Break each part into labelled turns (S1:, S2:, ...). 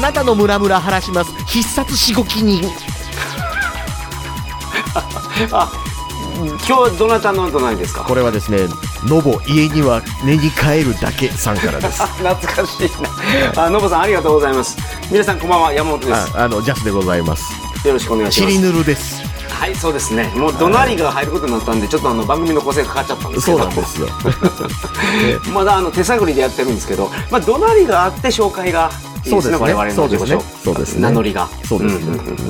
S1: なたのムラムラ晴らします必殺しごき人
S2: あ今日はどなたのどないですか
S1: これはですねノボ家には寝に帰るだけさんからです
S2: 懐かしい なあのぼさんありがとうございます皆さんこんばんは山本で
S1: ああのジャスでございます
S2: すよろしくお願いし
S1: チ
S2: ま
S1: リ
S2: す
S1: ヌルです
S2: はいそうですねもう怒鳴りが入ることになったんでちょっとあの番組の構成が変わっちゃったんですけ
S1: そう
S2: ど
S1: なんですよ
S2: まだあの手探りでやってるんですけど、まあ、怒鳴りがあって紹介がいいですね
S1: そうですね
S2: 我々の
S1: そうですね
S2: 自己紹介
S1: そうですね
S2: 名乗りが
S1: そうですね
S2: んんうん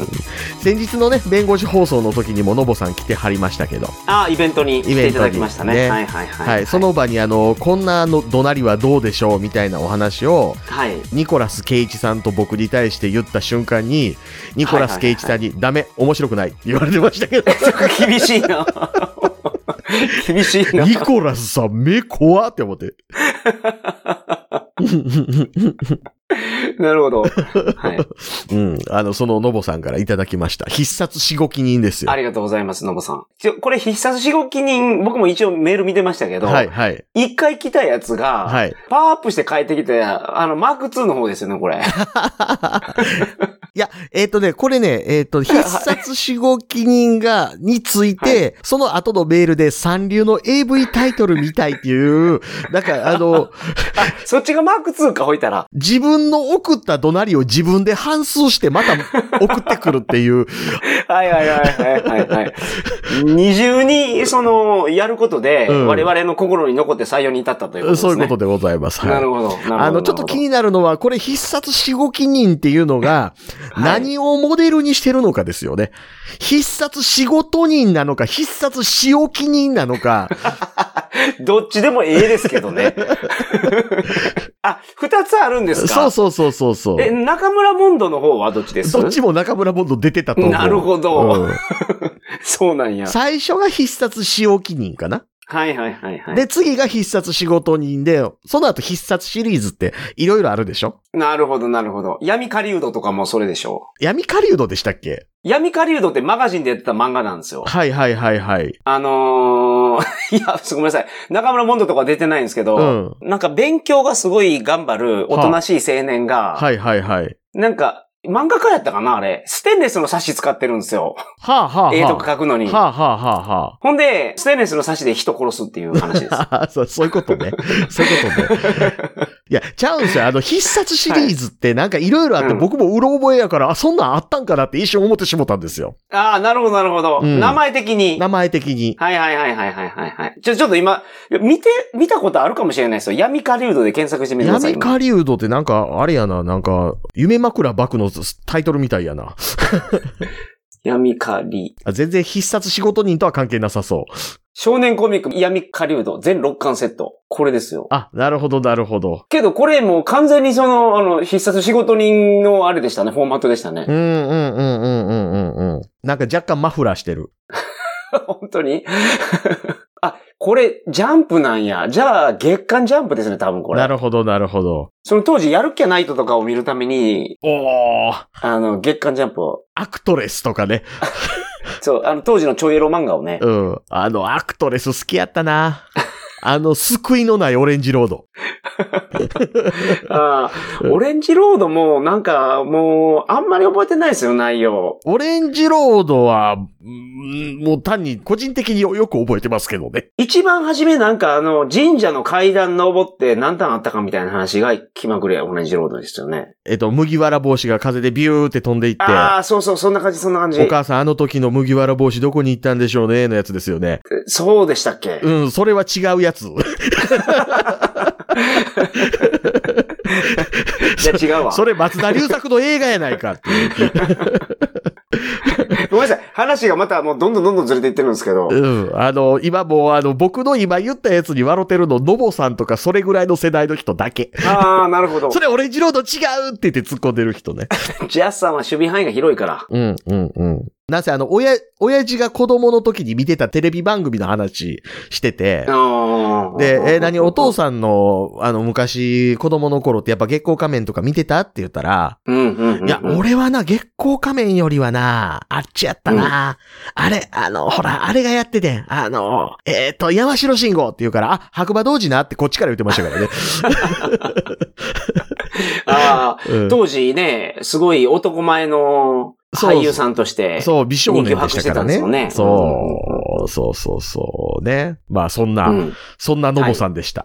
S1: 先日のね弁護士放送の時にもノボさん来てはりましたけど
S2: あイベントに来
S1: イ
S2: て
S1: ベ
S2: い
S1: ン
S2: た
S1: ト
S2: だ
S1: に
S2: きましたねはいはいはい、
S1: はいその場にあのこんなあの怒鳴りはどうでしょうみたいなお話を
S2: はい
S1: ニコラス・ケイイチさんと僕に対して言った瞬間にニコラス・ケイイチさんに「ダメ面白くない」って言われてましたけど
S2: 厳しいな 厳し いな
S1: ニコラスさん目怖って思って
S2: なるほど、はい、
S1: うんあのそのノボさんからいただきました必殺しごき人ですよ
S2: ありがとうございますのぼさんちょこれ必殺しごき人僕も一応メール見てましたけど、
S1: はいはい
S2: 一回来たやつが、
S1: はい
S2: パワーアップして帰ってきて、あの、マーク2の方ですよね、これ。
S1: いや、えっ、とね、これね、えっ、と、必殺しごき人が、について、その後のメールで三流の AV タイトルみたいっていう、なんかあ の、
S2: そっちがマーク2か、置いたら。
S1: 自分の送った怒鳴りを自分で反数してまた送ってくるっていう。
S2: はいはいはいはいはい、はい。二重に、その、やることで、
S1: うん
S2: 我々の心に残って採用に至ったということですね。
S1: そういうことでございます。はい
S2: なるほど。なるほど。
S1: あの、ちょっと気になるのは、これ必殺しごき人っていうのが、
S2: はい
S1: 何をモデルにしてるのかですよね。必殺仕事人なのか、必殺仕置き人なの か、
S2: どっちでもええですけど ね。あ、二つあるんですか
S1: そうそうそうそうそう。
S2: え、中村モンドの方はどっちです
S1: どっちも中村ボンド出てたと思う。
S2: なるほど
S1: うん
S2: そうなんや。
S1: 最初が必殺仕置き人かな。
S2: はいはいはいはい。
S1: で、次が必殺仕事人で、その後必殺シリーズっていろいろあるでしょ
S2: なるほどなるほど。闇狩人とかもそれでしょ
S1: 闇狩人でしたっけ
S2: う。闇狩人ってマガジンでやってた漫画なんですよ。
S1: はいはいはいはい。
S2: あのー、い や、ごめんなさい。中村モンドとかは出てないんですけど、
S1: うん。
S2: なんか勉強がすごい頑張る、おとなしい青年が、
S1: はいはいはい。
S2: なんか、漫画家やったかなあれ。ステンレスの冊子使ってるんですよ。
S1: はあはあはあ。
S2: 絵とか描くのに。
S1: はあはあはあはあ。
S2: ほんで、ステンレスの差しで人殺すっていう話 です。は
S1: ああそうそういうことね。そういうことね。 いや、ちゃうんすよ。あの、必殺シリーズってなんかいろいろあって、
S2: うん
S1: 僕もうろ覚えやから、あ、そんなんあったんかなって一瞬思ってしもたんですよ。
S2: ああ、なるほど、なるほど。
S1: うん
S2: 名前的に。
S1: 名前的に。
S2: はいはいはいはいはいはいはい。ちょ、ちょっと今、見て、見たことあるかもしれないですよ。闇狩人で検索してみてください。
S1: 闇狩人ってなんか、あれやな、なんか、夢枕爆のタイトルみたいやな。
S2: 今闇狩
S1: あ全然必殺仕事人とは関係なさそう。
S2: 少年コミック闇狩人全6巻セット。これですよ。
S1: あ、なるほど、なるほど。
S2: けどこれもう完全にその、あの、必殺仕事人のあれでしたね。フォーマットでしたね
S1: う。ん、うん、うん、うん、うん、うん、うん。なんか若干マフラーしてる。
S2: 本当にあ、これ、ジャンプなんや。じゃあ、月刊ジャンプですね、多分これ。
S1: なるほど、なるほど。
S2: その当時、やるっきゃないととかを見るために、
S1: おー、
S2: あの、月刊ジャンプを。
S1: アクトレスとかね。
S2: そう、あの、当時のちょいエロ漫画をね。
S1: うん。あの、アクトレス好きやったな。 あの、救いのないオレンジロード。
S2: ああ、オレンジロードも、なんか、もう、あんまり覚えてないですよ、内容。
S1: オレンジロードは、うんもう単に個人的によく覚えてますけどね。
S2: 一番初め、なんか、あの、神社の階段登って何段あったかみたいな話が気まぐれオレンジロードですよね。
S1: えっと、麦わら帽子が風でビューって飛んでいって。
S2: ああ、そうそう、そんな感じ、そんな感じ
S1: お。母さん、あの時の麦わら帽子どこに行ったんでしょうねのやつですよね。
S2: そうでしたっけ
S1: うん、それは違うやつ。
S2: いや、違うわ。
S1: それ松田龍作の映画やないかっていう。
S2: ごめんなさい。話がまたもうどんどんどんどんずれていってるんですけど。
S1: うん。あの、今もう、あの、僕の今言ったやつに笑ってるの、のぼさんとかそれぐらいの世代の人だけ。
S2: ああ、なるほど
S1: そ。れオレンジロード違うって言って突っ込んでる人ね。
S2: ジャスさんは守備範囲が広いから。
S1: うん、うん、うん。なぜあの、親、親父が子供の時に見てたテレビ番組の話してて、
S2: あうん
S1: で、えー
S2: うん
S1: 何、お父さんの、あの、昔、子供の頃ってやっぱ月光仮面とか見てたって言ったら、
S2: うんうんうん。
S1: いや、俺はな、月光仮面よりはな、あっちやったな、あれ、あの、ほら、あれがやっててん、あの、えっ、と、山城信号って言うから、あ、白馬同時なってこっちから言ってましたから ね。
S2: ああ、
S1: うん
S2: 当時ね、すごい男前の俳優さんとして。
S1: そう、美少年でしたからね。
S2: 人気を博してたんですよね
S1: そう、そうそうそう、ね。まあ、そんな、
S2: うん
S1: そんなのぼさんでした。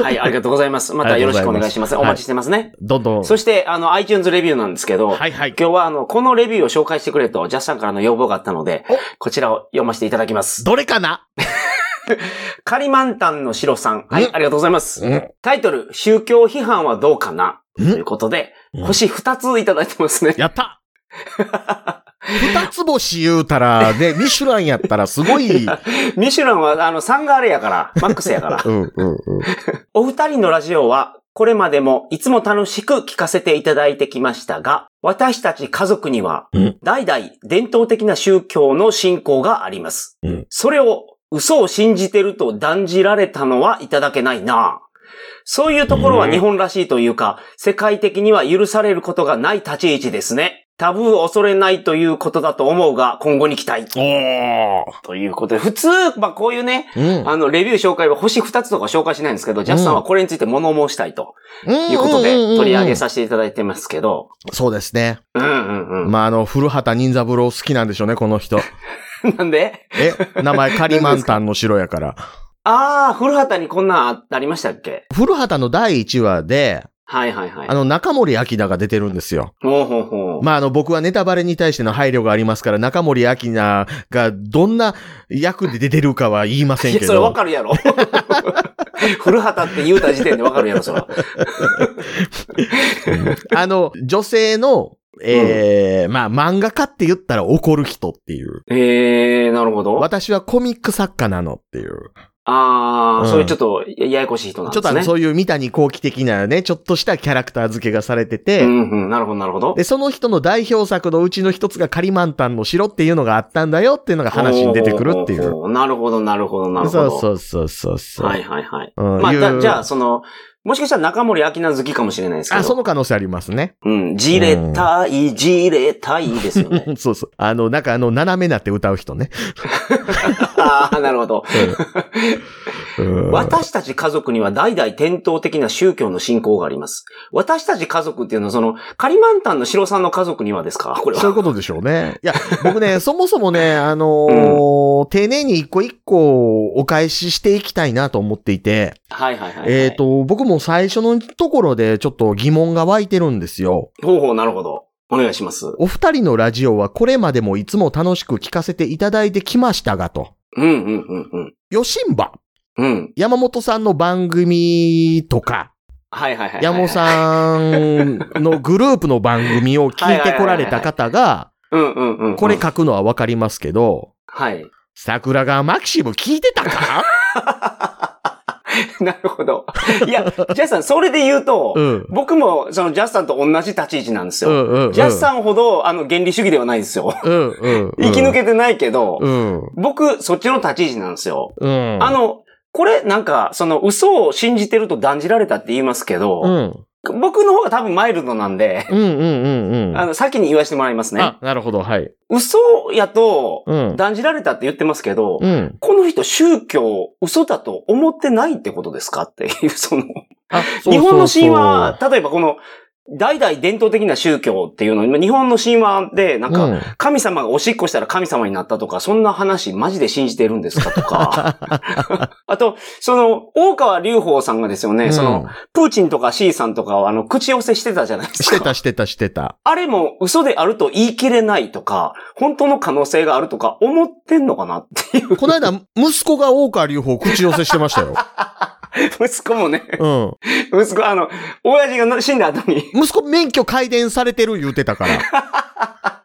S2: はい、ありがとうございます。またよろしくお願いします。
S1: あ
S2: お
S1: りがとうございます
S2: 待ちしてますね。
S1: どんどん。
S2: そして、あの、iTunes レビューなんですけど、
S1: はいはい。
S2: 今日は、あの、このレビューを紹介してくれと、ジャスさんからの要望があったので
S1: お、
S2: こちらを読ませていただきます。
S1: どれかな
S2: カリマンタンの白さん。は
S1: う
S2: い、
S1: ん
S2: ありがとうございます。
S1: ん
S2: タイトル、宗教批判はどうかなと
S1: うん
S2: いうことで、
S1: うん
S2: 星2ついただいてますね。
S1: やった二つ星言うたら、ね、ミシュランやったらすご い、うん、
S2: ミシュランは、あの、3があれやから、マックスやから。
S1: うん、うん。
S2: お二人のラジオは、これまでもいつも楽しく聞かせていただいてきましたが、私たち家族には
S1: うん、
S2: 代々伝統的な宗教の信仰があります。
S1: うん
S2: それを嘘を信じてると断じられたのはいただけないなぁそういうところは日本らしいというか、世界的には許されることがない立ち位置ですね。タブーを恐れないということだと思うが、今後に期待。
S1: おー
S2: ということで、普通、まあこういうね、
S1: うん。
S2: あの、レビュー紹介は星2つとか紹介しないんですけど、ジャスさんはこれについて物申したいということで
S1: んんんん
S2: 取り上げさせていただいてますけど、
S1: そうですね。
S2: うんうんうん。
S1: まあ、あの、古畑任三郎好きなんでしょうね、この 人。
S2: なんで
S1: え、名前カリマンタンの城やから。
S2: ああ、古畑にこんなんありましたっけ
S1: 古畑の第1話で、
S2: はいはいはい
S1: あ。の、中森明菜が出てるんですよ。
S2: ほうほうほう。
S1: まあ、あの、僕はネタバレに対しての配慮がありますから、中森明菜がどんな役で出てるかは言いませ
S2: い
S1: ん
S2: や、
S1: け
S2: それわ
S1: ど、
S2: かるやろ。 古畑って言うた時点でわかるやろ、それは。
S1: あの、女性の、ええまあ、漫画家って言ったら怒る人っていう。
S2: えー、なるほど。あ
S1: 私はコミック作家なのっていう。
S2: あー、
S1: うん
S2: そういうちょっとやややこしい人なん
S1: ちょっと
S2: で
S1: あ
S2: す
S1: の
S2: ね。
S1: そういう三谷幸喜的なね、ちょっとしたキャラクター付けがされてて、
S2: うんうん、なるほどなるほど。
S1: で、その人の代表作のうちの一つがカリマンタンの城っていうのがあったんだよっていうのが話に出てくるってい
S2: ほ
S1: う。
S2: ほほ。なるほどなるほどなるほ
S1: そう
S2: ど。
S1: そうそうそうそう。
S2: はいはいはい。
S1: うん
S2: まあ、
S1: いう
S2: だじゃあ、その、もしかしたら中森明菜好きかもしれないですけど。
S1: あ、その可能性ありますね。
S2: うん。じれたい、じれたいですよね
S1: う。んそうそう。あの、なんかあの、斜めなって歌う人ね。
S2: ああ、なるほど。
S1: うん
S2: 私たち家族には代々伝統的な宗教の信仰があります。私たち家族っていうのは、その、カリマンタンの城さんの家族にはですかこれ
S1: そうい
S2: は。
S1: うことでしょうね。いや、僕 ね、そもそもね、あのー丁寧に一個一個お返ししていきたいなと思っていて、
S2: はいはいはい、はい。
S1: えっ、。と、僕も最初のところでちょっと疑問が湧いてるんですよ。
S2: ほうほう、なるほど。お願いします。
S1: お二人のラジオはこれまでもいつも楽しく聞かせていただいてきましたがと。
S2: うんうんうんうん。
S1: ヨシンバ、
S2: うん。
S1: 山本さんの番組とか、
S2: はいはいはい、はい。
S1: 山本さんのグループの番組を聞いてこられた方が、
S2: ん。うんうんうん。
S1: これ。書くのはわかりますけど、
S2: はい。
S1: 桜川マキシム聞いてたか
S2: なるほど。いや、ジャスさん、それで言うと、
S1: ん。
S2: 僕も、その、ジャスさんと同じ立ち位置なんですよ。
S1: うんうんうん。
S2: ジャスさ
S1: ん。
S2: んほど、あの、原理主義ではないですよ。
S1: うんうん。
S2: 生き抜けてないけど、
S1: うん。
S2: 僕、そっちの立ち位置なんですよ。
S1: うん。
S2: あ、の、これ、なんか、その、嘘を信じてると断じられたって言いますけど、
S1: うん。
S2: 僕の方が多分マイルドなんで、
S1: うんうんうんうん。
S2: あの、先に言わせてもらいますね
S1: あ。、なるほど、はい。
S2: 嘘やと、
S1: うん。
S2: 断じられたって言ってますけど、
S1: うん。
S2: この人宗教嘘だと思ってないってことですかっていう、その、
S1: あ、
S2: 日本の神話、、例えばこの、代々伝統的な宗教っていうの、今日本の神話で、なんか、
S1: うん
S2: 神様がおしっこしたら神様になったとか、そんな話マジで信じてるんですか とか。あと、その、大川隆法さんがですよね、
S1: うん
S2: その、プーチンとか C さんとかは、あの、口寄せしてたじゃないですか。
S1: してたしてたしてた。
S2: あれも嘘であると言い切れないとか、本当の可能性があるとか思ってんのかなっていう。
S1: この間、息子が大川隆法口寄せしてました よ。
S2: 息子もね、
S1: うん。
S2: 息子、あの、親父が死んだ後に、
S1: 息子免許改伝されてる言うてたから。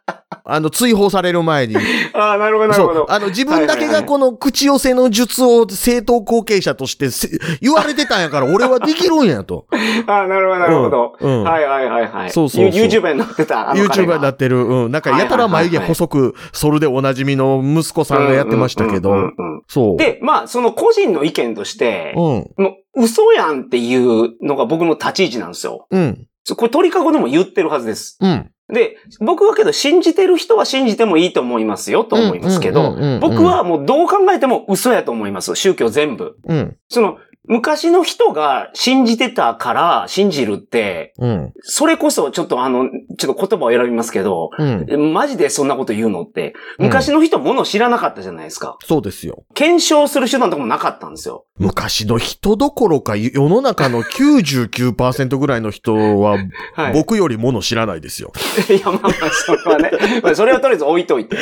S1: あの、追放される前に。
S2: ああ、なる ほど、なる
S1: そ
S2: ほ
S1: う
S2: ど。。
S1: あの、自分だけ
S2: はいはい
S1: が
S2: はい
S1: この口寄せの術を正当後継者としてせ言われてたんや から、俺はできるんやと。
S2: ああ、なるほど、なるほど。
S1: うんうん
S2: はいはいはいはい。
S1: そうそうそう
S2: ユ YouTuber になってた。あの彼
S1: YouTuber
S2: が
S1: になってる。うん。なんか、やたら眉毛細く、それでおなじみの息子さんがやってましたけ
S2: うんうんう
S1: ど
S2: ん。うんうん
S1: そう。
S2: で、まあ、その個人の意見として、
S1: うん。
S2: もう嘘やんっていうのが僕の立ち位置なんですよ。
S1: うん。
S2: そうこれ鳥かごでも言ってるはずです。
S1: うん。
S2: で、僕はけど信じてる人は信じてもいいと思いますよと思いますけ
S1: うん
S2: ど
S1: うんうんうんうん、
S2: 僕はもうどう考えても嘘やと思います。宗教全部。
S1: うん。
S2: その、昔の人が信じてたから信じるって、
S1: うん。
S2: それこそちょっとあの、ちょっと言葉を選びますけど、
S1: うん。
S2: マジでそんなこと言うのって、
S1: うん
S2: 昔の人もの知らなかったじゃないですか。
S1: そうですよ。
S2: 検証する手段とかもなかったんですよ。
S1: 昔の人どころか、世の中の99%ぐらいの人は、
S2: はい。
S1: 僕よりもの知らないですよ。
S2: いや、まあまあ、それはね。 まあそれはとりあえず置いといて。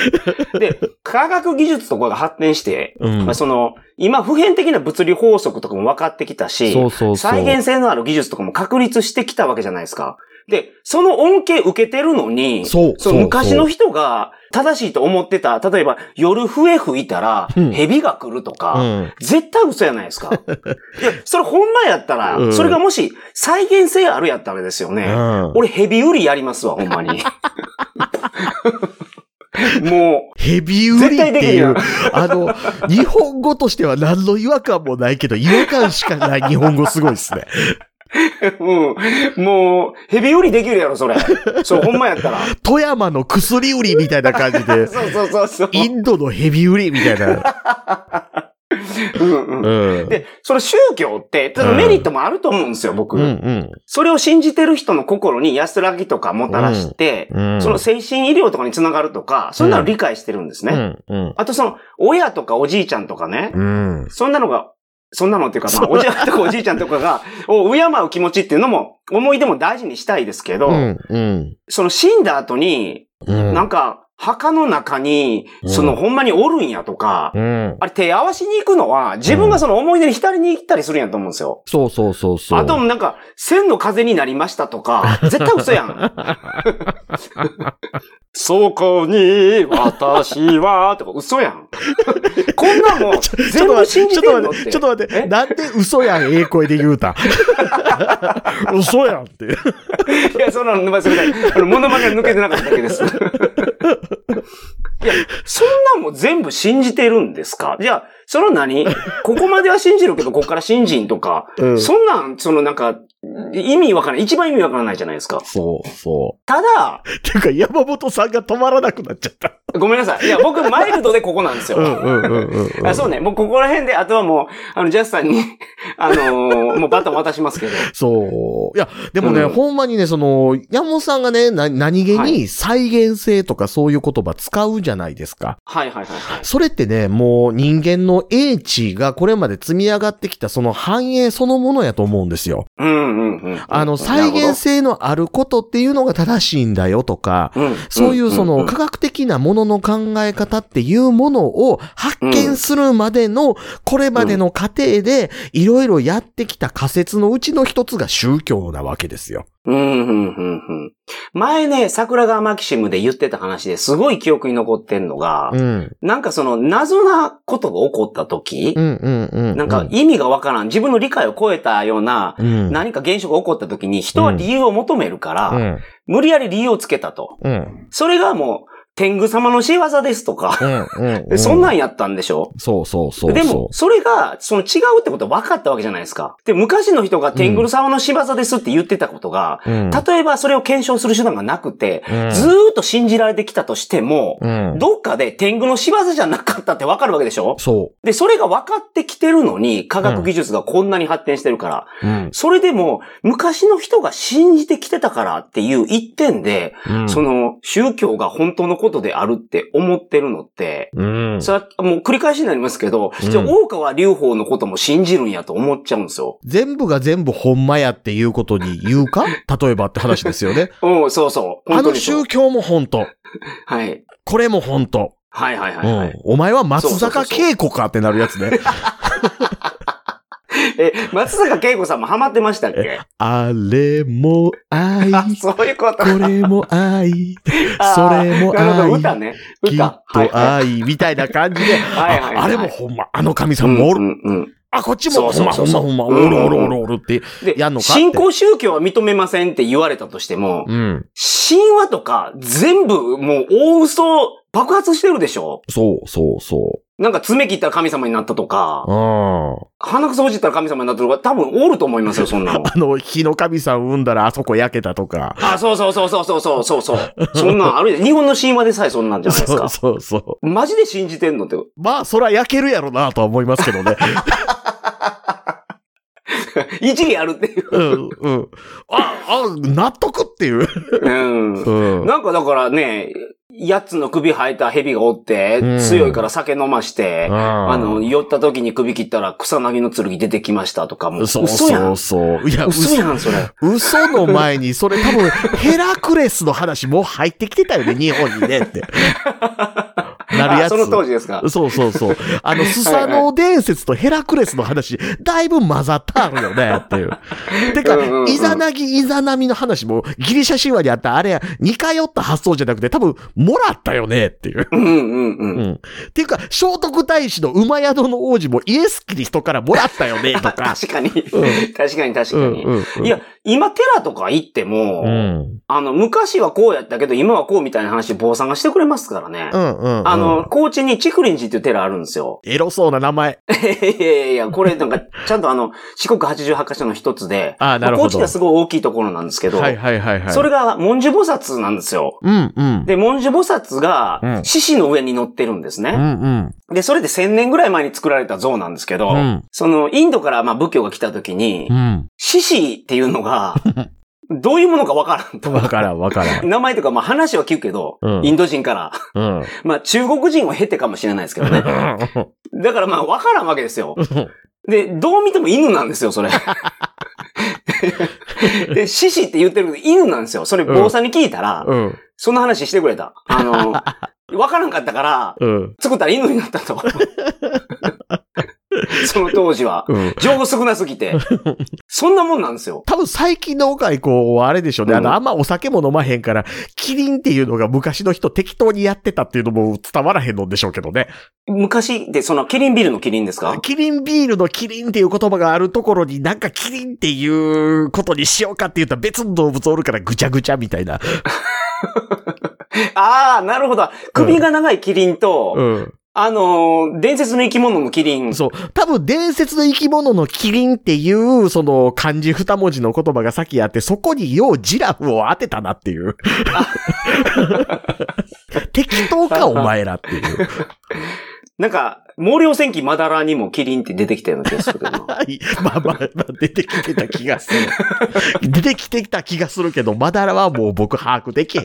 S2: で、科学技術とかが発展して、
S1: うん
S2: まあ、。その、今普遍的な物理法則とかも分かってきたし、
S1: そうそうそう。
S2: 再現性のある技術とかも確立してきたわけじゃないですか。で、その恩恵受けてるのに、
S1: そう
S2: そ
S1: そう
S2: の昔の人が正しいと思ってた、例えば夜笛吹いたら
S1: うん
S2: 蛇が来るとか、
S1: うん。
S2: 絶対嘘やな いですか。いや、それほんまやったら、
S1: うん
S2: それがもし再現性あるやったらですよね。
S1: うん。
S2: 俺ヘビ売りやり ますわ、ほんまに。も
S1: ヘビ売りってい
S2: 絶対
S1: う
S2: で、
S1: あの、日本語としては何の違和感もないけど、違和感しかない日本語すごいですね。
S2: う、うん、もう、ヘビ売りできるやろ、それ。 そう、ほんまやったら。
S1: 富山の薬売りみたいな感じ で、
S2: そうそうそうそう。
S1: インドのヘビ売りみたいな。
S2: うんうん
S1: うん。
S2: で、その宗教って、ただメリットもあると思うんですよ、僕。
S1: うんうん
S2: それを信じてる人の心に安らぎとかもたらして、
S1: うん。
S2: その精神医療とかにつながるとか、そんなの理解してるんですね。
S1: うん
S2: あとその、親とかおじいちゃんとかね、
S1: うん。うん。
S2: そんなのが、そんなのっていうか、まあ、おじいちゃんとかおじいちゃんとかが、 を敬う気持ちっていうのも、思い出も大事にしたいですけど、
S1: うんうん。
S2: その死んだ後に、
S1: うん。
S2: なんか、墓の中に、
S1: うん
S2: その、ほんまにおるんやとか、
S1: うん。
S2: あれ手合わしに行くのは、自分がその思い出に浸りに行ったりするんやと思うんですよ。
S1: そうそうそうそう。
S2: あともなんか、千の風になりました とか、絶対嘘やん。 そこに、私は、とか嘘やん。こんなんもう、
S1: ちょ
S2: 全
S1: っと
S2: 部
S1: 待
S2: 信
S1: って、
S2: じ
S1: ち
S2: て
S1: ょ
S2: ん
S1: っ
S2: の
S1: と
S2: っ。
S1: 待ってて、ちょっと待って、
S2: え
S1: なんで嘘やん、ええ声で言 うた。嘘やんって。
S2: いや、そんなの、まあ、それで、あの、モノマネが抜けてなかっただけです。いや、 そんなんも全部信じてるんですかじゃあ、その何ここまでは信じるけど、ここから信じんとか、
S1: うん
S2: そんなん、そのなんか、意味わからない。一番意味わからないじゃないですか。
S1: そうそ
S2: ただ、
S1: う。ていうか、山本さんが止まらなくなっちゃった。
S2: ごめんなさい。いや、僕、マイルドでここなんですよ。
S1: うんうんうん
S2: あそうね。もうここら辺で、あとはもう、あの、ジャスさんに、 あのーもうバトン渡しますけど。
S1: そう。いや、でもね、
S2: うん
S1: ほんまにね、その、山本さんがね、な、何気
S2: は
S1: に再現性とかそういう言葉使うじゃないですか。
S2: はいはいはいはい。
S1: それってね、もう人間の英知がこれまで積み上がってきたその繁栄そのものやと思うんですよ。
S2: うんうんうん。
S1: あの、再現性のあることっていうのが正しいんだよとか、
S2: なるほど、うん
S1: そういうそ
S2: んん
S1: の
S2: ん
S1: 科学的なものの考え方っていうものを発見するまでの、これまでの過程でいろいろやってきた仮説のうちの一つが宗教なわけですよ。
S2: うん、うん、うん、うん。前ね、桜川マキシムで言ってた話ですごい記憶に残ってんのが、
S1: うん。
S2: なんかその謎なことが起こった時
S1: う、んうんうん。
S2: なんか意味がわからん、自分の理解を超えたような、
S1: うん、
S2: 何か現象が起こった時に人は理由を求めるから、
S1: うん。
S2: 無理やり理由をつけたと。
S1: うん。
S2: それがもう、天狗様の仕業ですとか、
S1: うん。うん。
S2: そんなんやったんでしょ
S1: そうそうそうそう。
S2: でも、それが、その違うってことは分かったわけじゃないですか。で、昔の人が天狗様の仕業ですって言ってたことが、
S1: うん、
S2: 例えばそれを検証する手段がなくて、
S1: うん
S2: ずーっと信じられてきたとしても、
S1: うん。
S2: どっかで天狗の仕業じゃなかったってわかるわけでしょ
S1: そ
S2: で、それが分かってきてるのに、科学技術がこんなに発展してるから、
S1: う。うん。
S2: それでも、昔の人が信じてきてたからっていう一点で、
S1: うん
S2: その、宗教が本当のことであるって思ってるのって、
S1: うん。
S2: それはもう繰り返しになりますけど、
S1: うん
S2: じゃあ、大川隆法のことも信じるんやと思っちゃうんですよ。
S1: 全部が全部ほんまやっていうことに言うか例えばって話ですよ ね。
S2: うん、そうそう。
S1: あ
S2: 本当
S1: の
S2: にそう
S1: 宗教も本当。
S2: はい。
S1: これも本当。
S2: はいはいは
S1: う
S2: い、はい。
S1: ん。お前は松坂慶子かってなるやつね。
S2: え、松坂慶子さんもハマってましたっけ
S1: あれも愛、
S2: あ、そういうこと
S1: こ。れも 愛、それも
S2: あーなるほど、
S1: 愛、
S2: 歌ね。
S1: きっ
S2: 歌。
S1: と愛、みたいな感じで、
S2: はいはいはい
S1: ああれもほんま、あの神
S2: う
S1: 様
S2: ん
S1: もお
S2: う
S1: る、
S2: んうん。
S1: あ、こっち
S2: そ
S1: も
S2: う
S1: ほん
S2: そ
S1: ま
S2: うそ
S1: ほ
S2: うん
S1: ま
S2: そう
S1: ほんま、お
S2: うん
S1: るおるおるおるって。
S2: で
S1: やんの、かって
S2: 信仰宗教は認めませんって言われたとしても、
S1: うん。
S2: 神話とか全部もう大嘘爆発してるでしょ
S1: そうそうそ
S2: なんか爪切ったら神様になったとか
S1: う。う、ん。
S2: 鼻くそほじったら神様になったとか、多分おると思いますよ、そんな の。
S1: あの、火の神さん産んだらあそこ焼けたとか。
S2: あ、そうそうそうそうそうそうそうそう。そんなんあるじゃん。日本の神話でさえそんなんじゃないです
S1: そう
S2: か。
S1: そうそ
S2: マジで信じてんのって。
S1: う。まあ、そら焼けるやろなとは思いますけど ね。
S2: 一理あるって いう。
S1: うん、うん。あ、あ、納得っていう。
S2: うん。
S1: うん。
S2: なんかだからね、八つの首生えた蛇がおって
S1: うん、
S2: 強いから酒飲まして、
S1: あ
S2: あの、酔った時に首切ったら草薙の剣出てきましたとかも。
S1: そう
S2: 嘘や
S1: そ
S2: ん
S1: う。そう。いや、
S2: 嘘
S1: 嘘
S2: やん、それ。
S1: 嘘の前に、それ多分、ヘラクレスの話もう入ってきて たよね、日本にねって。なる
S2: あ
S1: やつ。
S2: その当時ですか。
S1: そうそうそう。あ の、スサノオ伝説とヘラクレスの話、だいぶ混ざったあるよ ね、っていう。てか
S2: うんうんう、ん
S1: イザナギ、イザナミの話も、ギリシャ神話にあった、あれ、似通った発想じゃなくて、多分、もらったよね、っていう。
S2: うんうんうん。
S1: うん。ていうか、聖徳太子の馬宿の王子もイエス・キリストからもらったよね、とか。
S2: 確かに。
S1: ん
S2: 確かに確
S1: う
S2: か
S1: ん
S2: に。
S1: うんうん。
S2: いや、今、寺とか行っても、
S1: うん。
S2: あの、昔はこうやったけど、今はこうみたいな話、坊さんがしてくれますからね。
S1: うんうんうん。
S2: あの、、高知にチクリンジっていう寺あるんですよ。
S1: エロそうな名前。
S2: いやいやいや、これなんか、ちゃんとあの、四国八十八箇所の一つで、
S1: あーなるほど
S2: 高知がすごい大きいところなんですけど、
S1: はいはいはいはい。
S2: それが文殊菩薩なんですよ。
S1: うんうん。
S2: で、文殊菩薩
S1: う
S2: が
S1: ん、
S2: 獅子の上に乗ってるんです
S1: う
S2: ね。
S1: んうん。
S2: で、それで千年ぐらい前に作られた像なんですけど、
S1: うん
S2: その、インドからまあ仏教が来た時に
S1: う、ん。
S2: 獅子っていうのが、 どういうものかわからんと。
S1: わからんわからん。
S2: 名前とか、まあ話は聞くけど、
S1: うん
S2: インド人から。
S1: うん。
S2: まあ中国人を経てかもしれないですけ どね。だからまあわからんわけですよ。で、どう見ても犬なんですよ、そ れ。で、獅子って言ってるけど犬なんですよ。それ坊さんに聞いたら、
S1: うん。
S2: その話してくれた。あの、わからんかったから、
S1: うん。
S2: 作ったら犬になっ たと。その当時は。
S1: うん。
S2: 情報少なすぎて。そんなもんなんですよ。
S1: 多分最近の若い子はあれでしょうね。あ
S2: うん
S1: の、あんまお酒も飲まへんから、キリンっていうのが昔の人適当にやってたっていうのも伝わらへんのでしょうけどね。
S2: 昔で、その、キリンビルのキリンですか
S1: キリンビールのキリンっていう言葉があるところになんかキリンっていうことにしようかって言ったら別の動物おるからぐちゃぐちゃみたいな。
S2: ああ、なるほど。首が長いキリンと、
S1: うん。
S2: あのー伝説の生き物のキリ ン。
S1: そう。多分伝説の生き物のキリンっていう、その漢字二文字の言葉が先あって、そこにようジラフを当てたなって いう。適当か、お前らっていう。
S2: なんか、毛量戦記マダラにもキリンって出てきたような気がするけどな
S1: はい。まあまあ、まあ、出てきてた気がする。出てきてきた気がするけど、まだらはもう僕把握できへん。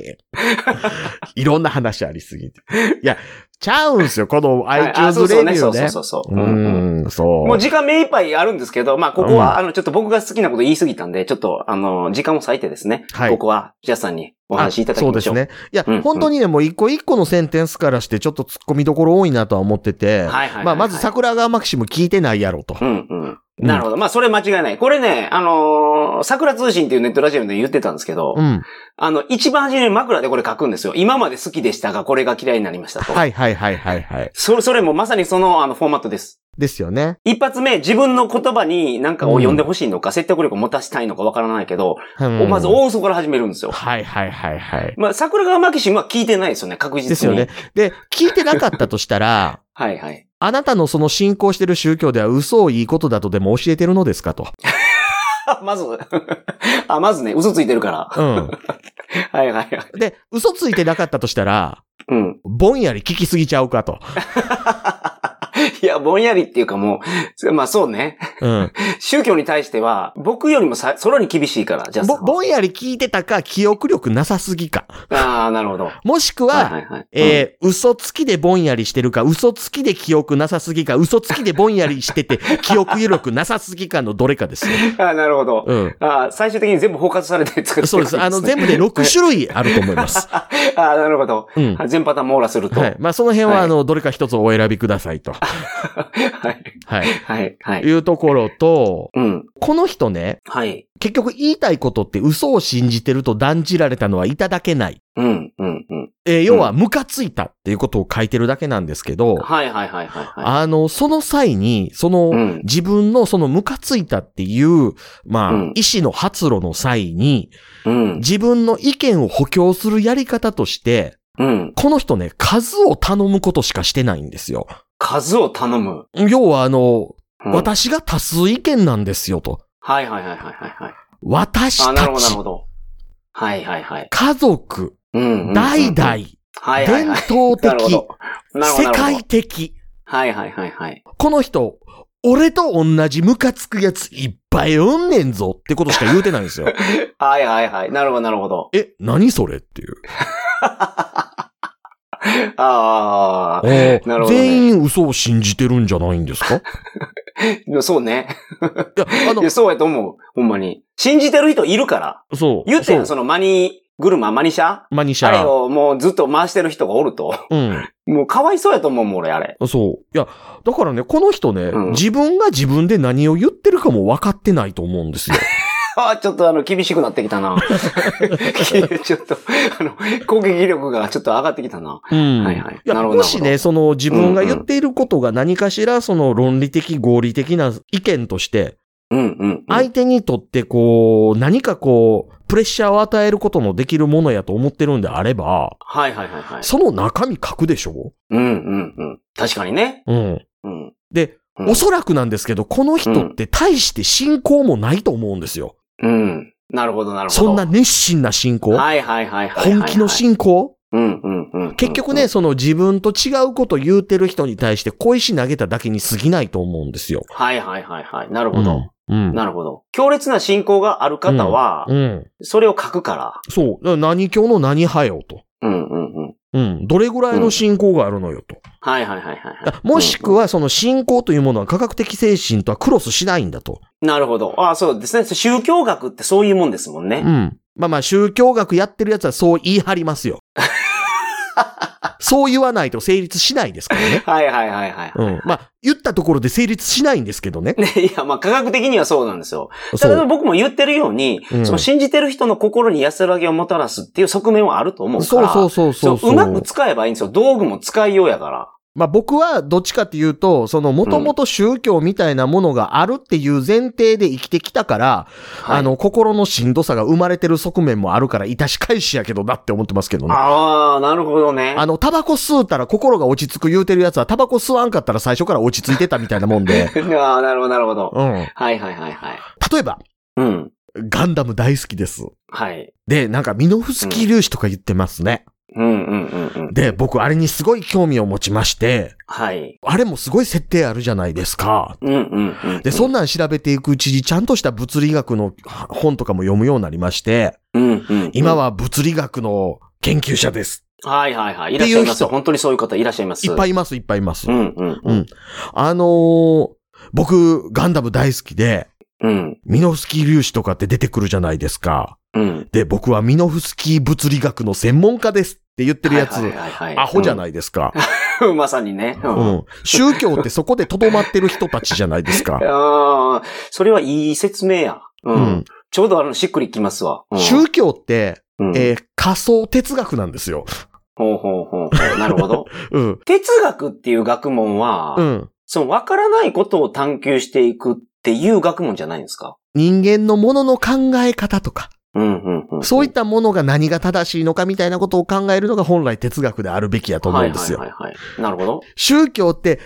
S1: いろんな話ありすぎて。いや、ちゃうんすよ、この
S2: はいあ
S1: iTunes レビ
S2: そ
S1: ュ
S2: うそう
S1: ー
S2: そうそうそう。
S1: ね。
S2: うんうん
S1: うん、そ
S2: もう
S1: う。
S2: 時間目いっぱいあるんですけど、まあ、ここ
S1: うん
S2: は、あの、ちょっと僕が好きなこと言いすぎたんで、ちょっと、あの、時間を割いてですね、
S1: はい
S2: ここは、ジャスさんにお
S1: あ
S2: 話しいただき
S1: そう
S2: ま
S1: で
S2: しょ
S1: す
S2: う。
S1: ね。いや、
S2: うん
S1: 本当にね、もう一個一個のセンテンスからして、ちょっと突っ込みどころ多いなとは思ってて、
S2: はいはいはいはい
S1: まあ、まず桜川マキシム聞いてないやろと。
S2: うんうん。なるほど。まあ、それ間違いない。これね、あのー桜通信っていうネットラジオで言ってたんですけど、
S1: うん。
S2: あの、一番初めに枕でこれ書くんですよ。今まで好きでしたが、これが嫌いになりましたと。
S1: はいはいはいはいはい。
S2: それ、それもまさにその、あの、フォーマットです。
S1: ですよね。
S2: 一発目、自分の言葉に何かを読んでほしいのか、説得力を持たしたいのかわからないけど、
S1: うん
S2: まず大嘘から始めるんですよ。
S1: はいはいはいはい。
S2: まあ、桜川マキシムは聞いてないですよね、確実に。
S1: ですよね。。で、聞いてなかったとしたら、
S2: はいはい。
S1: あなたのその信仰してる宗教では嘘をいいことだとでも教えてるのですかと。
S2: あまず、 あ、まずね、嘘ついてるから。
S1: うん。
S2: はいはいはい。
S1: で、嘘ついてなかったとしたら、
S2: うん。
S1: ぼんやり聞きすぎちゃうかと。
S2: いや、ぼんやりっていうかもう、まあそうね。
S1: うん。
S2: 宗教に対しては、僕よりもさ、それに厳しいから、じゃあ
S1: ぼ、ぼんやり聞いてたか、記憶力なさすぎか。
S2: ああ、なるほど。は
S1: もしく
S2: い
S1: は、
S2: はいはい。
S1: えー嘘つきでぼんやりしてるか、嘘つきで記憶なさすぎか、嘘つきでぼんやりして て、記憶力なさすぎかのどれかですよ。
S2: うん、ああ、なるほど。
S1: うん。
S2: ああ、最終的に全部包括されて作って
S1: そうです。あの、全部で6種類あると思い ます。
S2: ああ、なるほど。
S1: うん。
S2: 全パターン網羅すると。
S1: はい。まあ、その辺は、
S2: はい
S1: あの、どれか一つお選びくださいと。
S2: はい。
S1: はい。
S2: はい。はい。
S1: いうところと、
S2: うん。
S1: この人ね、
S2: はい。
S1: 結局言いたいことって嘘を信じてると断じられたのはいただけない。
S2: うん。うん。うん。
S1: えー要は、ムカついたっていうことを書いてるだけなんですけど、
S2: はい。はい。はい。はい。はい。
S1: あの、その際に、その、
S2: うん。
S1: 自分のそのムカついたっていう、まあ、
S2: うん
S1: 意思の発露の際に、
S2: うん。
S1: 自分の意見を補強するやり方として、
S2: うん。
S1: この人ね、数を頼むことしかしてないんですよ。
S2: 数を頼む。
S1: 要はあの、
S2: うん
S1: 私が多数意見なんですよと。
S2: はい。はい。はい。はい。はい。はい。
S1: 私
S2: あ、な
S1: た
S2: るほど。なる
S1: ち、
S2: ほど。はい。はい。はい。
S1: 家族、
S2: うんうん。
S1: 代々、
S2: うん。はい。はい。
S1: 伝
S2: はい。
S1: 統
S2: なるほ
S1: 的
S2: ど、。なるほ
S1: 世
S2: ど。なるほ
S1: 界
S2: ど。
S1: 的。
S2: はい。はい。はい。はい。
S1: この人、俺と同じムカつくやついっぱいおんねんぞってことしか言うてないんですよ。
S2: はい。はい。はい。なるほど。なるほど。
S1: え、何それっていう。
S2: あ
S1: えー
S2: なるほどね
S1: 全員嘘を信じてるんじゃないんです かい
S2: あ。そうね。
S1: や、あ
S2: いや、
S1: の、
S2: そうやと思う。ほんまに。信じてる人いるから。
S1: そう。
S2: 言ってん
S1: そ
S2: や、
S1: うん
S2: そのマニー、グルマ、マニシャ
S1: マニシ
S2: あれ
S1: ャ。
S2: をもうずっと回してる人がおると。
S1: うん。
S2: もうかわいそうやと思うもん、俺、あれ。
S1: そう。いや、だからね、この人ね、
S2: うん
S1: 自分が自分で何を言ってるかも分かってないと思うん ですよ。
S2: あーちょっとあの、厳しくなって きたな。 ちょっと、あの、攻撃力がちょっと上がってきたな。
S1: うん。
S2: はいはい
S1: や
S2: なるほど
S1: もし
S2: なるほ
S1: ね、
S2: ど
S1: その自分が言っていることが何かしら、その論理的、合理的な意見として、
S2: うん、うん。うん
S1: 相手にとってこう、何かこう、プレッシャーを与えることのできるものやと思ってるんであれば、
S2: はいはいはいはい。
S1: その中身書くでしょ
S2: うん、うん、うん。確かにね。
S1: うん。
S2: うん。
S1: で、
S2: うん
S1: おそらくなんですけど、この人って大して信仰もないと思うんですよ。
S2: うん。なるほど、なるほど。
S1: そんな熱心な信仰、
S2: はいはいはいはいはいはい。
S1: 本気の信仰
S2: うん、うん、うんうん。
S1: 結局ね、、その自分と違うこと言うてる人に対して小石投げただけに過ぎないと思うんですよ。
S2: はいはいはいはい。なる
S1: う
S2: ほど。
S1: ん。うん。
S2: なるほど。強烈な信仰がある方は、
S1: うん。
S2: それを書くから。
S1: そう。だから何教の何派よと。
S2: うんうんうん。
S1: うん。どれぐらいの信仰があるのよと。
S2: はいはいはいはいはい。
S1: もしくは、その信仰というものは科学的精神とはクロスしないんだと。
S2: なるほど。ああ、そうですね。宗教学ってそういうもんですもん
S1: う
S2: ね。
S1: ん。まあまあ、宗教学やってる奴はそう言い張り ますよ。そう言わないと成立しないですからね。
S2: はいはいはいはい。
S1: うん。まあ、言ったところで成立しないんですけどね。
S2: ね、いや、まあ、科学的にはそうなんですよ。た
S1: そ
S2: だ
S1: う。
S2: 僕も言ってるように、
S1: うん
S2: その信じてる人の心に安らぎをもたらすっていう側面はあると思うか
S1: そう
S2: ら。
S1: そうそうそう
S2: そ
S1: そ
S2: う
S1: う。
S2: まく使えばいいんですよ。道具も使いようやから。
S1: まあ僕はどっちかっていうと、その元々宗教みたいなものがあるっていう前提で生きてきたから、
S2: はい
S1: あの、心のしんどさが生まれてる側面もあるから、いたし返しやけどなって思ってますけどね。
S2: ああ、なるほどね。。
S1: あの、タバコ吸うたら心が落ち着く言うてるやつは、タバコ吸わんかったら最初から落ち着いてたみたいなもんで
S2: ああ、なるほど、なるほ ど。
S1: うん。例
S2: はいはいはいはい。
S1: えば、
S2: うん。
S1: ガンダム大好きです。
S2: はい。
S1: で、なんか、ミノフスキー粒子とか言ってますね。
S2: うんうんうんうん。
S1: で、僕、あれにすごい興味を持ちまして、
S2: はい。
S1: あれもすごい設定あるじゃないですか。
S2: うんうんうん。
S1: で、そんなん調べていくうちに、ちゃんとした物理学のは本とかも読むようになりまして、
S2: うんうんうん。
S1: 今は物理学の研究者です。
S2: はいはいはい。いらっしゃ
S1: っ
S2: いま
S1: ていう
S2: す。
S1: 人
S2: 本当にそういう方いらっしゃいます。
S1: いっぱ
S2: い。
S1: いいます、いっぱいいます
S2: う。んうん
S1: うん。あのー僕、ガンダム大好きで、
S2: うん。
S1: ミノフスキー粒子とかって出てくるじゃないですか。
S2: うん。
S1: で、僕はミノフスキー物理学の専門家ですって言ってるやつ、アホじゃ
S2: い
S1: ないですか。
S2: うん。 まさにね。う。。
S1: うんん。宗教ってそこで留まってる人たちじゃないですか
S2: ああ、それはいい説明や。う
S1: うんん。。
S2: ちょうどあの、しっくりきますわ。うん
S1: 宗教って、
S2: うん
S1: えー仮想哲学なんですよ。
S2: ほうほうほうほう。なる ほど。
S1: うん。
S2: 哲学っていう学問は、
S1: うん。
S2: その分からないことを探求していくっていう学問じゃないんですか
S1: 人間のものの考え方とか、
S2: うんうんうん。
S1: そういったものが何が正しいのかみたいなことを考えるのが本来哲学であるべきやと思うんですよ
S2: は。いはいはいはい。なるほど。
S1: 宗教って、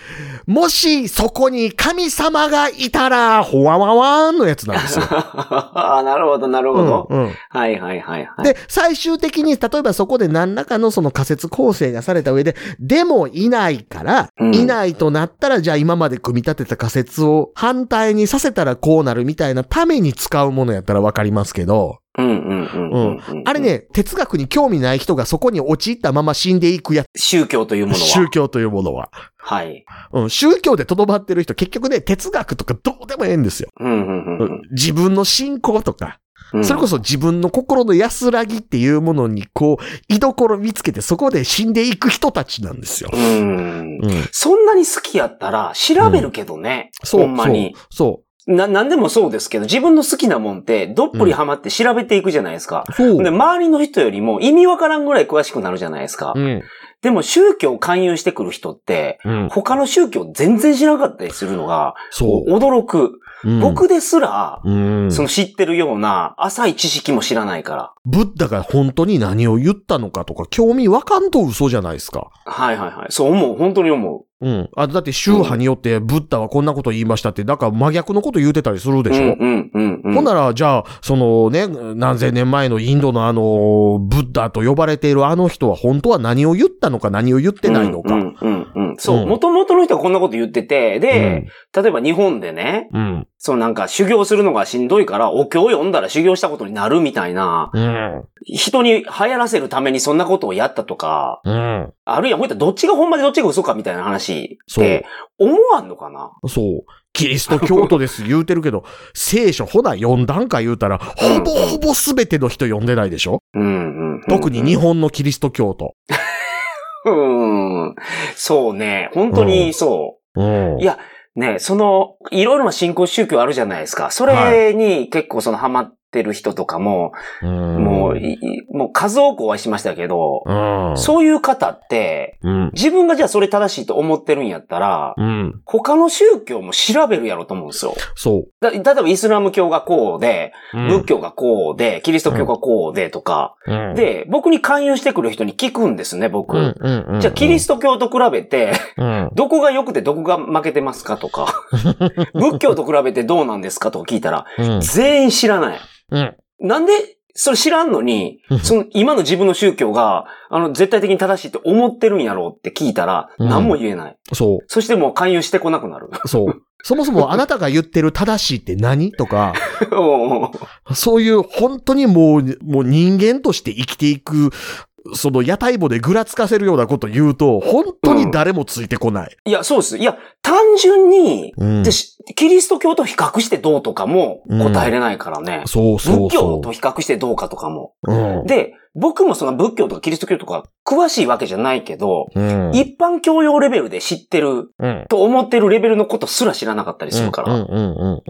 S1: もしそこに神様がいたら、ほわわわーんのやつなんですよ。
S2: ああ、 なるほど、なる
S1: う
S2: ほど。
S1: んうん、
S2: はいはいはいはい。
S1: で、最終的に、例えばそこで何らかのその仮説構成がされた上で、でもいないから、
S2: うん
S1: いないとなったら、じゃあ今まで組み立てた仮説を反対にさせたらこうなるみたいなために使うものやったらわかりますけど、
S2: うんうんうんうんうん。
S1: あれ。ね、哲学に興味ない人がそこに陥ったまま死んでいくや
S2: 宗教というも
S1: つ、
S2: のは。
S1: 宗教というものは。
S2: はい。
S1: うん、宗教でとどまってる人、結局ね、哲学とかどうでもええんですよ。
S2: うんうんうんうん。
S1: 自分の信仰とか、
S2: うん
S1: それこそ自分の心の安らぎっていうものに、こう、居所見つけて、そこで死んでいく人たちなんですよ。
S2: うん。
S1: うん。
S2: そんなに好きやったら調べるけどね。
S1: そう、
S2: ほんまに。
S1: そ
S2: な、なんでもそうですけど、自分の好きなもんって、どっぷりハマって調べていくじゃないですか。
S1: う。そう。
S2: で、周りの人よりも意味わからんぐらい詳しくなるじゃないですか。
S1: うん。
S2: でも宗教を勧誘してくる人って、
S1: うん。
S2: 他の宗教全然知らなかったりするのが、
S1: そ
S2: 驚く。
S1: う。うん、
S2: 僕ですら、
S1: うん。
S2: その知ってるような浅い知識も知らないから。
S1: ブッダが本当に何を言ったのかとか、興味わかんと嘘じゃないですか。
S2: はいはいはい。そう思う。本当に思
S1: うん。あ、だって宗派によって、ブッダはこんなこと言いましたって、だから真逆のこと言うてたりする
S2: う。
S1: でしょ、
S2: うんうんうん、う
S1: ほん
S2: ん。
S1: なら、じゃあ、そのね、何千年前のインドのあの、ブッダと呼ばれているあの人は本当は何を言ったのか何を言ってないのか。
S2: う
S1: うんん。
S2: うんうんうん。そうう。
S1: ん
S2: 元々の人がこんなこと言ってて、で、例えば日本でね、
S1: うん。
S2: そうなんか修行するのがしんどいから、お経を読んだら修行したことになるみたいな、
S1: うん。
S2: 人に流行らせるためにそんなことをやったとか、
S1: うん。
S2: あるいはもう一回どっちがほんまでどっちが嘘かみたいな話って、思わんのかな
S1: そう。キリスト教徒です言うてるけど、聖書ほな4段階言うたら、ほぼほぼ全ての人読んでないでしょ
S2: うんうん。
S1: 特に日本のキリスト教徒。
S2: うん。そうね。本当にそうう。
S1: ん
S2: い。や、ね、その、いろいろな信仰宗教あるじゃないですか。それに結構そのハマってる人とかも、もう、いいもう数多くお会いしましたけど、
S1: うん。
S2: そういう方って、
S1: うん。
S2: 自分がじゃあそれ正しいと思ってるんやったら、
S1: うん。
S2: 他の宗教も調べるやろうと思うんですよ。
S1: そう。
S2: だ例えばイスラム教がこうで、
S1: うん
S2: 仏教がこうで、キリスト教がこうでとか、
S1: うん、
S2: で、僕に勧誘してくる人に聞くんですね、僕。
S1: うんうんうんうん、
S2: じゃあ、キリスト教と比べ て、
S1: うん。
S2: どこが良くてどこが負けてますかとか、 仏教と比べてどうなんですかとか聞いたら、
S1: うん。
S2: 全員知らない。
S1: うん。
S2: なんで、それ知らんのに
S1: うん、
S2: その今の自分の宗教が、あの、絶対的に正しいって思ってるんやろうって聞いたら、
S1: うん
S2: 何も言えない。
S1: そ
S2: そしてもう勧誘してこなく なる。
S1: う。そう。そもそもあなたが言ってる正しいって何とか、
S2: おう
S1: そういう本当にもう、もう人間として生きていく、その屋台棒でぐらつかせるようなこと言うと、本当に誰もついてこない。
S2: いや、そうです。いや、単純に、
S1: うん
S2: でしキリスト教と比較してどうとかも答えれないからね。
S1: そうそう
S2: 仏教
S1: そ
S2: と比較してどうかとかも。
S1: う。うん。
S2: で、僕もその仏教とかキリスト教とか詳しいわけじゃないけど、
S1: うん。
S2: 一般教養レベルで知ってる
S1: うん。
S2: と思ってるレベルのことすら知らなかったりするから。
S1: うんうんうんうんうん。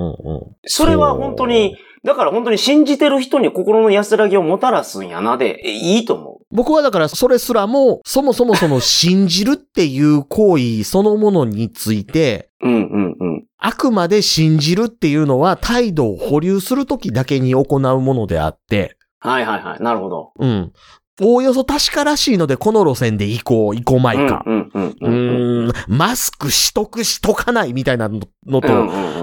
S2: それは本当に、だから本当に信じてる人に心の安らぎをもたらすんやなで、えいいと思
S1: 僕はだからそれすらも、そもそもその信じるっていう行為そのものについて、
S2: う。うんうんうん。
S1: あくまで信じるっていうのは態度を保留するときだけに行うものであって、
S2: はいはいはい。なるほど。
S1: うん。おおよそ確からしいので、この路線で行こう、行こうまいか。
S2: うんう
S1: う
S2: んうんうん。
S1: ーん、マスクしとくしとかないみたいなのと、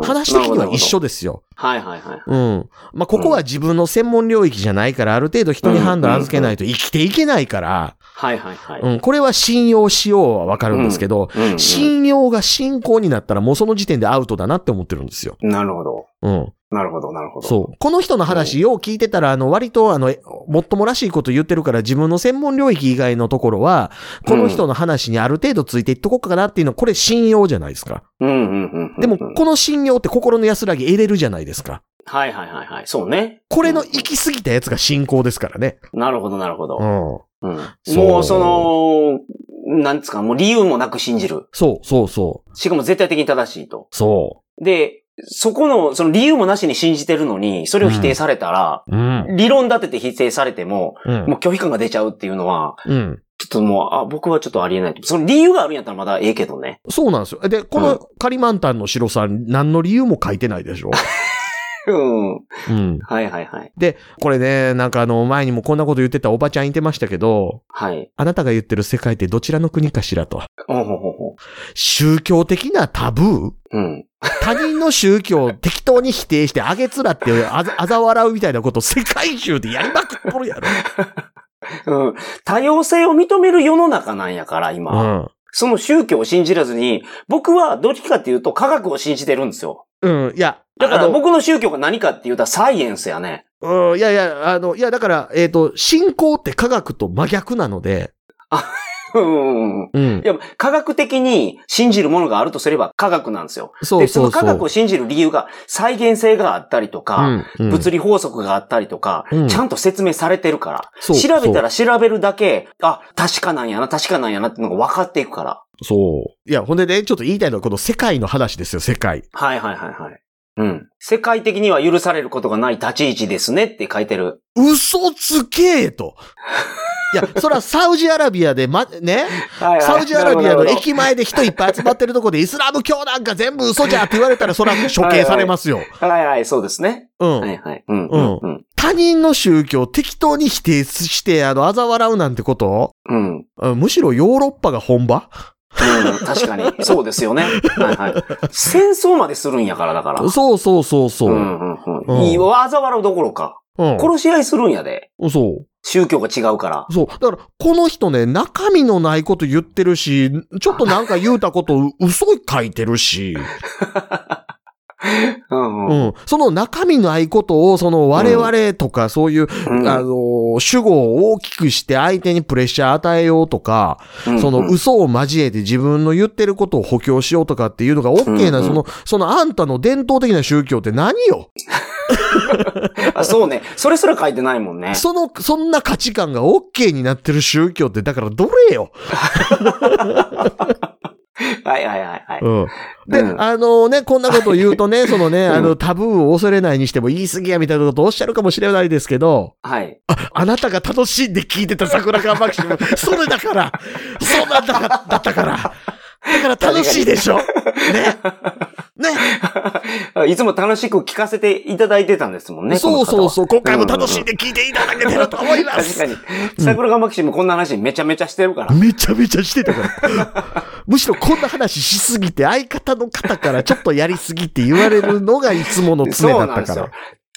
S1: 話的には一緒ですよ。
S2: なるほど。はいはいはい。
S1: うん。まあ、ここは自分の専門領域じゃないから、ある程度人に判断預けないと生きていけないから、
S2: はいはいはい。
S1: うん、これは信用しようはわかるんですけど、
S2: うんうん
S1: 信用が信仰になったらもうその時点でアウトだなって思ってるんですよ。
S2: なるほど。
S1: うん。
S2: なるほど、なるほど。
S1: そう。この人の話、よう聞いてたら、あの、割と、あの、えもっともらしいこと言ってるから、自分の専門領域以外のところは、この人の話にある程度ついていっとこうかなっていうのは、これ信用じゃないですか。
S2: う。うんうんうんうん。
S1: でも、この信用って心の安らぎ得れるじゃないですか。
S2: はいはいはいはい。そうね。
S1: これの行き過ぎたやつが信仰ですからね。
S2: なるほど、なるほど
S1: う。ん。
S2: うん
S1: そう
S2: もうその、なんつうか、もう理由もなく信じる。
S1: そう、そう、そ
S2: しかも絶対的に正しいと。
S1: う。そ
S2: で、そこの、その理由もなしに信じてるのに、それを否定されたら、
S1: う。うん。
S2: 理論立てて否定されても、
S1: うん
S2: もう。拒否感が出ちゃうっていうのは、
S1: うん。
S2: ちょっともう、あ、僕はちょっとありえない。その理由があるんやったらまだええけどね。
S1: そうなんですよ。で、こ
S2: うん
S1: のカリマンタンの城さん、何の理由も書いてないで しょ。
S2: うん。は
S1: うん。
S2: いはいはい。
S1: で、これね、なんかあの、前にもこんなこと言ってたおばちゃんいてましたけど、
S2: はい。
S1: あなたが言ってる世界ってどちらの国かしらと。
S2: おほほほ。
S1: 宗教的なタブー
S2: うん。
S1: 他人の宗教を適当に否定してあげつらってあざあ ざ笑うみたいなこと世界中でやりまくっとるやろ。
S2: うん。多様性を認める世の中なんやから、今。その宗教を信じらずに、僕はどっちかっていうと科学を信じてるんですよ。
S1: うん。うん。いや、
S2: だから
S1: あの
S2: 僕の宗教が何かって言うたらサイエンスやね。
S1: うん、いやいや、あの、いやだから、えっ、と、信仰って科学と真逆なので、
S2: うんうんうん。
S1: うん
S2: い。や、科学的に信じるものがあるとすれば科学なんですよ。
S1: そうそうそう。
S2: で、その科学を信じる理由が再現性があったりとか、
S1: うんうん
S2: 物理法則があったりとか、
S1: うん
S2: ちゃんと説明されてるから。
S1: そう
S2: 調べたら調べるだけ、あ、確かなんやな、確かなんやなってのが分かっていくから。
S1: そう。いや、ほんでね、ちょっと言いたいのはこの世界の話ですよ、世界。
S2: はいはいはいはい。うん。世界的には許されることがない立ち位置ですねって書いてる。
S1: 嘘つけと。いや、そらサウジアラビアで、ま、 ね、
S2: は
S1: サウジアラビアの
S2: なるほどなるほど
S1: 駅前で人いっぱい集まってるとこで、イスラム教なんか全部嘘じゃって言われ たら、そら処刑されますよ。
S2: はいはい、そうですね。
S1: うん
S2: は。いはい。うん。うん。うん。
S1: 他人の宗教を適当に否定して、あの、嘲笑うなんてこと
S2: うん。うん
S1: うんむしろヨーロッパが本場
S2: 確 かに。そうですよね。はいはい。戦争までするんやから、だから。
S1: そうそうそうそうう。
S2: んうんう。
S1: うんん
S2: いいわ、嘲笑うどころか。
S1: うん。
S2: 殺し合いするんやで。
S1: そう。
S2: 宗教が違うから。
S1: そう。だから、この人ね、中身のないこと言ってるし、ちょっとなんか言うたこと嘘書いてるし、
S2: うん
S1: う
S2: うん。
S1: ん。その中身のないことを、その我々とか、そういう、
S2: うん
S1: あのー主語を大きくして相手にプレッシャー与えようとか、
S2: うん
S1: その
S2: うん
S1: 嘘を交えて自分の言ってることを補強しようとかっていうのが OK
S2: う
S1: な、
S2: んうん
S1: その、そのあんたの伝統的な宗教って何よ
S2: あそうね。それすら書いてないもんね。
S1: その、そんな価値観が OK になってる宗教って、だからどれよ
S2: はいはいはいはい。
S1: うん。で、
S2: うん
S1: あのね、こんなことを言うと ね、そのね、
S2: うん
S1: あの、タブーを恐れないにしても言い過ぎやみたいなことをおっしゃるかもしれないですけど、
S2: はい。
S1: あなたが楽しんで聞いてた桜川マキシム、それだから、そんなんだかだったから、だから楽しいでしょね。ね。
S2: いつも楽しく聞かせていただいてたんですもんね。
S1: そう
S2: この方
S1: そう
S2: は
S1: そう、今回も楽しんで聞いていただけてると思いま
S2: 確
S1: す
S2: か。に。桜川マキシムこんな話めちゃめちゃしてるから。
S1: めちゃめちゃしてたから。むしろこんな話しすぎて、相方の方からちょっとやりすぎって言われるのがいつもの常
S2: そう
S1: だ
S2: なん
S1: っ
S2: で
S1: た
S2: す
S1: か
S2: よ。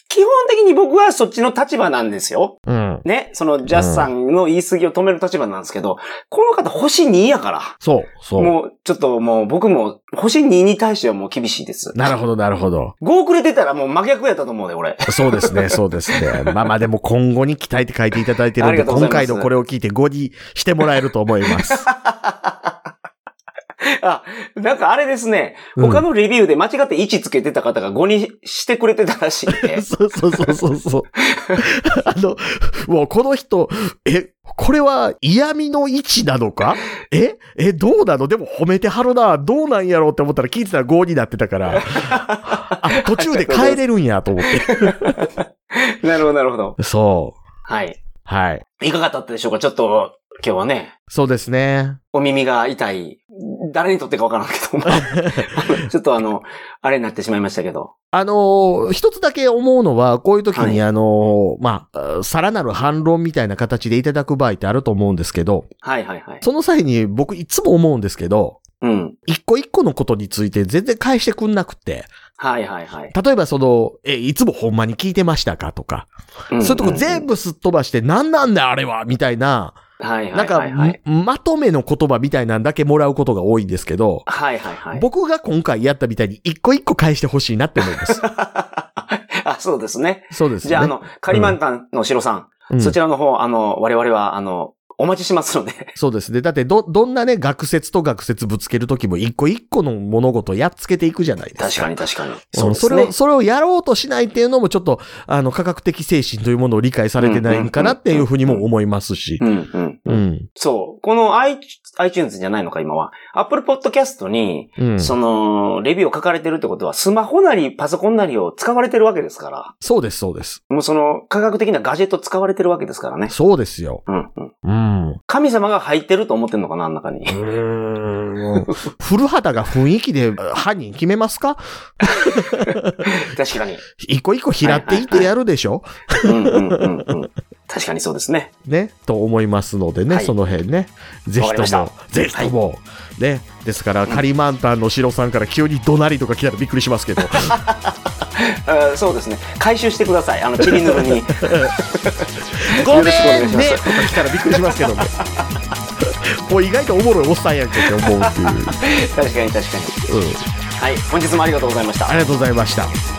S2: 基本的に僕はそっちの立場なんですよ。
S1: ら。うん。
S2: ね。そのジャスさんの言い過ぎを止める立場なんですけど、この方星2やから。
S1: そう、そう。
S2: もう、ちょっともう僕も星2に対してはもう厳しいです。
S1: なるほど、なるほど。
S2: 5遅れてたらもう真逆やったと思うね、俺。
S1: そうですね、そうですね。まあまあでも今後に期待って書いていただいてる
S2: あ
S1: ん
S2: り
S1: で、
S2: がとうござ
S1: 今
S2: います
S1: 回のこれを聞いて5にしてもらえると思い ます。
S2: あ、なんかあれですね。
S1: うん。
S2: 他のレビューで間違って1つけてた方が5にしてくれてたらしいんで
S1: そうそうそうそうそう。 あの、もうこの人、え、これは嫌味の位置なのかええ、どうなのでも褒めてはるな。どうなんやろうって思ったら聞いてたら5になってた から。あ、途中で帰れるんやと思って。
S2: なるほど、なるほど。
S1: そう。
S2: はい。
S1: はい。
S2: いかがだったでしょうかちょっと、今日はね、
S1: そうですね。
S2: お耳が痛い、誰にとってかわからんけど、 まあちょっとあの、あれになってしまいましたけど。
S1: あのー一つだけ思うのは、こういう時
S2: はい
S1: に、あのーまあ、さらなる反論みたいな形でいただく場合ってあると思うんですけど、
S2: はいはいはい。
S1: その際に僕いつも思うんですけど、
S2: うん。
S1: 一個一個のことについて全然返してくんなくて、
S2: はいはいはい。
S1: 例えばその、え、いつもほんまに聞いてましたかとか、
S2: うん
S1: そういうとこ全
S2: 部、
S1: 部すっ飛ばして、なんなんだあれはみたいな、
S2: はい
S1: な
S2: は
S1: ん
S2: い
S1: か
S2: はいはい。、
S1: まとめの言葉みたいなんだけもらうことが多いんですけど、
S2: はいはいはい。
S1: 僕が今回やったみたいに一個一個返してほしいなって思い ます。
S2: あ、そうですね。
S1: そうですね。
S2: じゃあ、あの、カリマンタンの城さ、
S1: うんん
S2: そちらの方、あの、我々は、あの、お待ちしますので。
S1: そうですね。だって、ど、どんなね、学説と学説ぶつけるときも、一個一個の物事をやっつけていくじゃないですか。
S2: 確かに確かに。
S1: う
S2: そうんです
S1: それ
S2: ね
S1: を、。それをやろうとしないっていうのも、ちょっと、あの、科学的精神というものを理解されてないんかなっていうふうにも思いますし
S2: う。んうん。
S1: うん。
S2: そう。この i- iTunes じゃないのか、今は。Apple Podcast に、
S1: うん。
S2: その、レビューを書かれてるってことは、スマホなりパソコンなりを使われてるわけですから。
S1: そうです、そうです。
S2: もうその、科学的なガジェット使われてるわけですからね。
S1: そうですよ。
S2: うんうん。
S1: うん。う
S2: 神様が入ってると思ってんのかな、あの中 に。
S1: ーん。 古畑が雰囲気で犯人決めますか
S2: 確かに。
S1: 一個一個拾っていってやるでしょ、
S2: うんうんうんうん。確かにそうですね。
S1: ね、と思いますのでね、
S2: はい
S1: その辺ね、ぜひ
S2: わかりまし
S1: と
S2: た
S1: も、ぜひとも、ね、ですから、カリマンタンの城さんから急に怒鳴りとか来たらびっくりしますけ ど、
S2: あーそうですね。回収してください。あの、チリヌ ルに。
S1: ごめん
S2: よろしくお願いしま
S1: ね
S2: す
S1: とか来たらびっくりしますけども、 もう意外とおもろいおっさんやんけって思うっていう、うん、
S2: 確かに確かに。はい。本日もありがとうございました
S1: あ。りがとうございました。